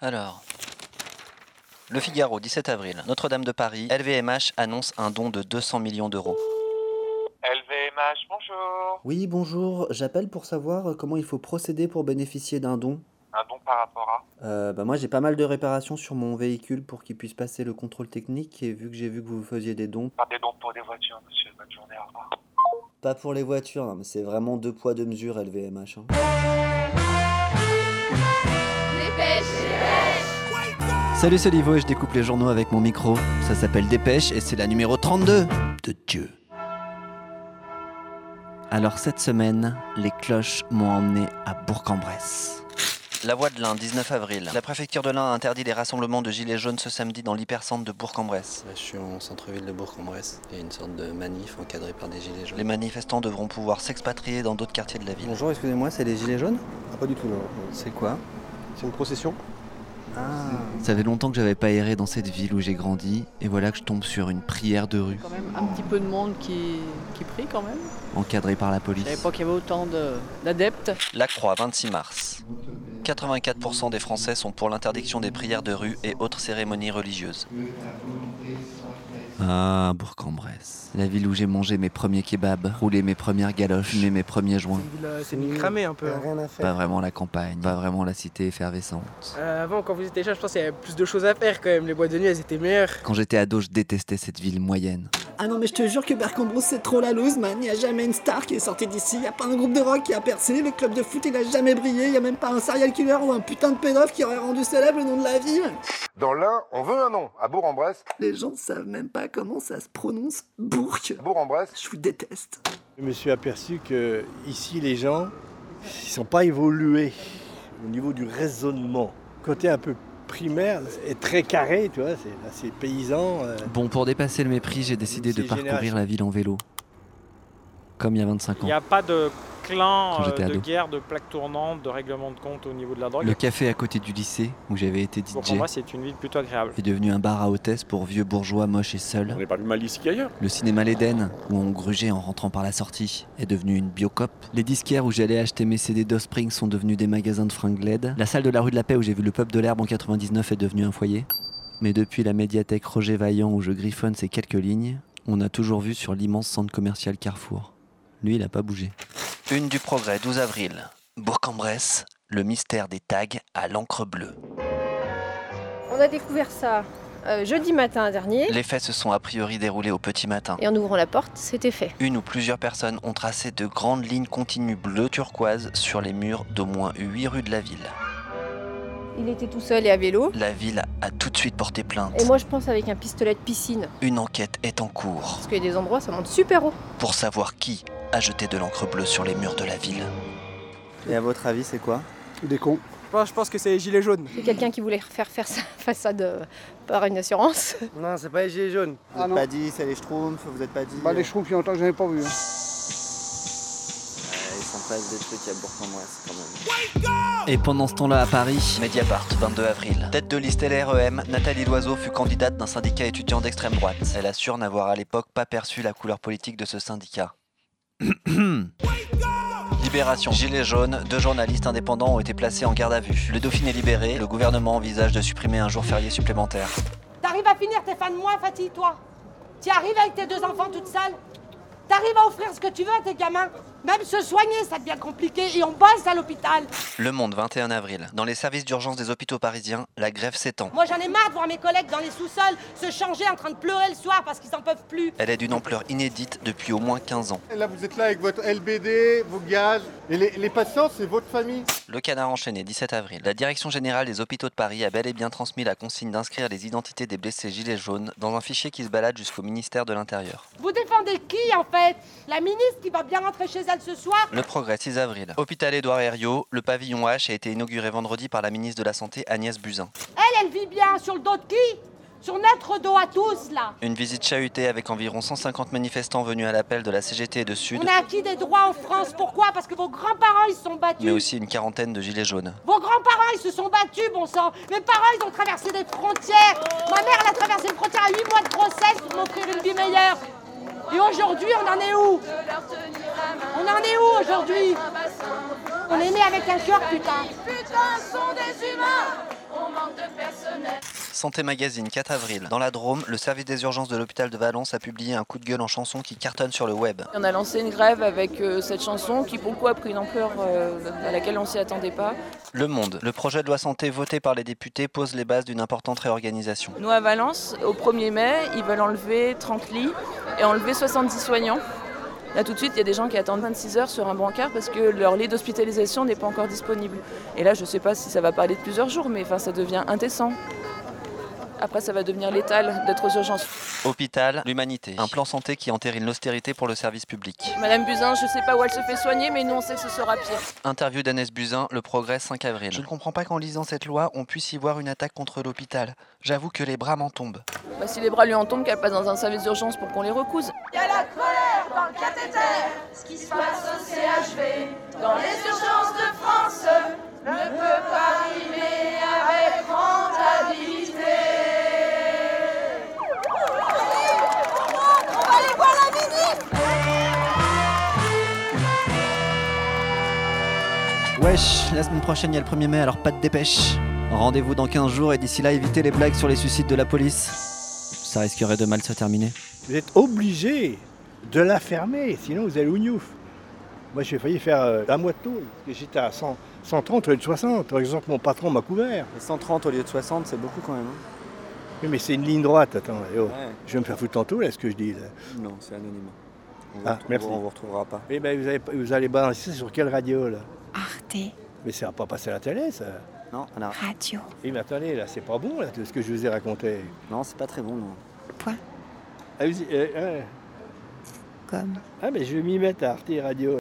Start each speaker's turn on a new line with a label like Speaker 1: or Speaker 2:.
Speaker 1: Alors, Le Figaro, 17 avril. Notre-Dame de Paris, LVMH annonce un don de 200 millions d'euros.
Speaker 2: LVMH, bonjour.
Speaker 3: Oui, bonjour, j'appelle pour savoir euh, comment il faut procéder pour bénéficier d'un don.
Speaker 2: Un don par rapport à
Speaker 3: Euh, bah moi j'ai pas mal de réparations sur mon véhicule pour qu'il puisse passer le contrôle technique et vu que j'ai vu que vous faisiez des dons,
Speaker 2: Pas des dons pour des voitures, monsieur. Bonne journée, au revoir.
Speaker 3: pas pour les voitures, non, mais c'est vraiment deux poids deux mesures LVMH. hein. Salut c'est Livo et je découpe les journaux avec mon micro. Ça s'appelle Dépêche et c'est la numéro 32 de Dieu. Alors cette semaine, les cloches m'ont emmené à Bourg-en-Bresse.
Speaker 1: La Voix de l'Ain, 19 avril. La préfecture de l'Ain a interdit les rassemblements de gilets jaunes ce samedi dans l'hypercentre de Bourg-en-Bresse.
Speaker 4: Là, je suis en centre-ville de Bourg-en-Bresse. Il y a une sorte de manif encadrée par des gilets jaunes.
Speaker 1: Les manifestants devront pouvoir s'expatrier dans d'autres quartiers de la ville.
Speaker 3: Bonjour, excusez-moi, c'est les gilets jaunes
Speaker 5: Ah, pas du tout, non.
Speaker 3: C'est quoi Ah.
Speaker 5: C'est une procession
Speaker 3: Ça fait longtemps que j'avais pas erré dans cette ville où j'ai grandi, et voilà que je tombe sur une prière de rue,
Speaker 6: quand même un petit peu de monde qui, qui prie quand même.
Speaker 3: encadrée par la
Speaker 6: Je
Speaker 3: police.
Speaker 6: savais pas qu'il y avait autant de- d'adeptes.
Speaker 1: La Croix, 26 mars. 84% des Français sont pour l'interdiction des prières de rue et autres cérémonies religieuses.
Speaker 3: Ah, Bourg-en-Bresse. La ville où j'ai mangé mes premiers kebabs, roulé mes premières galoches, fumé mes premiers joints.
Speaker 7: C'est une ville cramée un peu. hein.
Speaker 5: Rien à
Speaker 3: Pas
Speaker 5: faire.
Speaker 3: vraiment la campagne, pas vraiment la cité effervescente.
Speaker 7: Euh, avant, quand vous étiez jeune, je pense qu'il y avait plus de choses à faire quand même. Les boîtes de nuit, elles étaient meilleures.
Speaker 3: Quand j'étais ado, je détestais cette ville moyenne.
Speaker 8: Ah non, mais je te jure que Bercambros, c'est trop la loose, man. Y a jamais une star qui est sortie d'ici, y a pas un groupe de rock qui a percé, le club de foot, il a jamais brillé, y a même pas un serial killer ou un putain de pédophile qui aurait rendu célèbre le nom de la ville.
Speaker 9: Dans l'un, on veut un nom. À Bourg-en-Bresse,
Speaker 8: Les gens ne savent même pas comment ça se prononce, Bourg.
Speaker 9: Bourg-en-Bresse,
Speaker 8: Je vous déteste.
Speaker 10: Je me suis aperçu que ici les gens ils sont pas évolués au niveau du raisonnement. Côté un peu primaire est très carré, tu vois, c'est assez paysan. euh.
Speaker 3: Bon, pour dépasser le mépris, j'ai décidé de
Speaker 10: C'est
Speaker 3: parcourir
Speaker 10: génération.
Speaker 3: la ville en vélo. Comme il y a 25
Speaker 11: Il n'y
Speaker 3: ans.
Speaker 11: a pas de clan
Speaker 3: Quand
Speaker 11: euh,
Speaker 3: j'étais
Speaker 11: de
Speaker 3: ado.
Speaker 11: guerre, de plaque tournante, de règlement de compte au niveau de la drogue.
Speaker 3: Le café à côté du lycée, où j'avais été
Speaker 11: Pour
Speaker 3: DJ,
Speaker 11: moi, c'est une ville plutôt agréable.
Speaker 3: est devenu un bar à hôtesse pour vieux bourgeois moches et seuls.
Speaker 9: n'est pas plus mal ici qu'ailleurs.
Speaker 3: Le cinéma L'Éden, où on grugeait en rentrant par la sortie, est devenu une biocop. Les disquaires où j'allais acheter mes CD d'Ospring sont devenus des magasins de fringues LED. La salle de la rue de la Paix où j'ai vu le peuple de l'herbe en 99 est devenue un foyer. Mais depuis la médiathèque Roger Vaillant où je griffonne ces quelques lignes, on a toujours vu sur l'immense centre commercial Carrefour. Lui, il a pas bougé.
Speaker 1: Une du progrès, 12 avril. Bourg-en-Bresse, le mystère des tags à l'encre bleue.
Speaker 6: On a découvert ça euh, jeudi matin dernier.
Speaker 1: Les faits se sont a priori déroulés au petit matin.
Speaker 6: Et en ouvrant la porte, c'était fait.
Speaker 1: Une ou plusieurs personnes ont tracé de grandes lignes continues bleu turquoise sur les murs d'au moins 8 rues de la ville.
Speaker 6: Il était tout seul et à vélo.
Speaker 1: La ville a tout de suite porté plainte.
Speaker 6: Et moi, je pense avec un pistolet de piscine.
Speaker 1: Une enquête est en cours
Speaker 6: Parce qu'il y a des endroits, ça monte super haut.
Speaker 1: pour savoir qui a jeté de l'encre bleue sur les murs de la ville.
Speaker 3: Et à votre avis, c'est quoi
Speaker 5: Des cons.
Speaker 7: Moi, je pense que c'est les gilets jaunes.
Speaker 6: C'est quelqu'un qui voulait refaire faire sa façade euh, par une assurance.
Speaker 7: Non, c'est pas les gilets jaunes.
Speaker 5: Vous êtes Ah non. pas
Speaker 3: dit, c'est les Schtroumpfs, vous n'êtes pas dit...
Speaker 5: Bah, les chevaux, il y a longtemps que j'en ai pas vu. hein.
Speaker 3: ils des trucs à quand même. Et pendant ce temps-là à Paris,
Speaker 1: Mediapart, 22 avril. Tête de liste LREM, Nathalie Loiseau fut candidate d'un syndicat étudiant d'extrême droite. Elle assure n'avoir à l'époque pas perçu la couleur politique de ce syndicat. Libération. Gilets jaunes, deux journalistes indépendants ont été placés en garde à vue. Le Dauphin est libéré, le gouvernement envisage de supprimer un jour férié supplémentaire.
Speaker 6: T'arrives à finir tes fins de mois, fatigue toi Tu arrives avec tes deux enfants toute seule T'arrives à offrir ce que tu veux à tes gamins Même se soigner, ça devient compliqué et on bosse à l'hôpital.
Speaker 1: Le Monde, 21 avril. Dans les services d'urgence des hôpitaux parisiens, la grève s'étend.
Speaker 6: Moi, j'en ai marre de voir mes collègues dans les sous-sols se changer en train de pleurer le soir parce qu'ils en peuvent plus.
Speaker 1: Elle est d'une ampleur inédite depuis au moins 15 ans.
Speaker 9: Là, vous êtes là avec votre LBD, vos gages. Et les, les patients, c'est votre famille.
Speaker 1: Le canard enchaîné, 17 avril. La direction générale des hôpitaux de Paris a bel et bien transmis la consigne d'inscrire les identités des blessés gilets jaunes dans un fichier qui se balade jusqu'au ministère de l'Intérieur.
Speaker 6: Vous défendez qui en fait La ministre qui va bien rentrer chez elle ce soir
Speaker 1: Le progrès, 6 avril. Hôpital Édouard Herriot, le pavillon H a été inauguré vendredi par la ministre de la Santé Agnès Buzyn.
Speaker 6: Elle, elle vit bien sur le dos de qui Sur notre dos à tous là.
Speaker 1: Une visite chahutée avec environ 150 manifestants venus à l'appel de la CGT et de Sud,
Speaker 6: On a acquis des droits en France. Pourquoi Parce que vos grands-parents ils se sont
Speaker 1: mais
Speaker 6: battus.
Speaker 1: aussi une quarantaine de gilets jaunes.
Speaker 6: Vos grands-parents, ils se sont battus, bon sang. Mes parents, ils ont traversé des frontières. Ma mère, elle a traversé une frontière à 8 mois de grossesse pour m'offrir une vie meilleure. Et aujourd'hui, on en est où On en est où aujourd'hui On est né avec un cœur, putain.
Speaker 8: Putain, sont des humains On manque
Speaker 1: Santé Magazine, 4 avril. Dans la Drôme, le service des urgences de l'hôpital de Valence a publié un coup de gueule en chanson qui cartonne sur le web.
Speaker 12: On a lancé une grève avec euh, cette chanson qui pour le coup a pris une ampleur euh, à laquelle on s'y attendait pas.
Speaker 1: Le Monde, le projet de loi santé voté par les députés pose les bases d'une importante réorganisation.
Speaker 12: Nous à Valence, au 1er mai, ils veulent enlever 30 lits et enlever 70 soignants. Là tout de suite, il y a des gens qui attendent 26 heures sur un brancard parce que leur lit d'hospitalisation n'est pas encore disponible. Et là, je ne sais pas si ça va parler de plusieurs jours, mais enfin, ça devient indécent. Après, ça va devenir létal d'être aux urgences.
Speaker 1: Hôpital, l'humanité, un plan santé qui entérine l'austérité pour le service public.
Speaker 12: Madame Buzyn, je ne sais pas où elle se fait soigner, mais nous, on sait que ce sera pire.
Speaker 1: Interview d'Annès Buzyn, Le Progrès, 5 avril. Je ne comprends pas qu'en lisant cette loi, on puisse y voir une attaque contre l'hôpital. J'avoue que les bras m'en tombent.
Speaker 12: Bah, si les bras lui en tombent, qu'elle passe dans un service d'urgence pour qu'on les recouse.
Speaker 13: Il y a la colère dans le cathéter, ce qui se passe au CHV, dans les urgences de France, ne peut pas rimer avec rentabilité. On va aller voir la
Speaker 3: Wesh, la semaine prochaine, il y a le 1er mai, alors pas de dépêche. Rendez-vous dans 15 jours et d'ici là, évitez les blagues sur les suicides de la police. Ça risquerait de mal se terminer.
Speaker 10: Vous êtes obligé de la fermer, sinon vous allez au gnouf. Moi, j'ai failli faire euh, un mois de tôle. parce que J'étais à 100 130 au lieu de 60. Par exemple, mon patron m'a couvert.
Speaker 14: 130 au lieu de 60, c'est beaucoup quand même. hein.
Speaker 10: Oui, mais c'est une ligne droite. Attends, eh oh,
Speaker 14: Ouais.
Speaker 10: je vais me faire foutre tantôt, là, ce que je dis. là.
Speaker 14: Non, c'est anonyme. On vous
Speaker 10: Ah,
Speaker 14: retrouvera-
Speaker 10: merci.
Speaker 14: On vous retrouvera pas.
Speaker 10: Eh ben, vous, avez- vous allez balancer sur quelle radio, là Arte. Mais ça va pas passer à la télé, ça.
Speaker 14: Non, alors.
Speaker 10: Radio. Oui, mais attendez, là, c'est pas bon, là, tout ce que je vous ai raconté.
Speaker 14: Non, c'est pas très bon, non.
Speaker 10: euh, Allez-y. Comme. Ah, mais je vais m'y mettre à Arte Radio.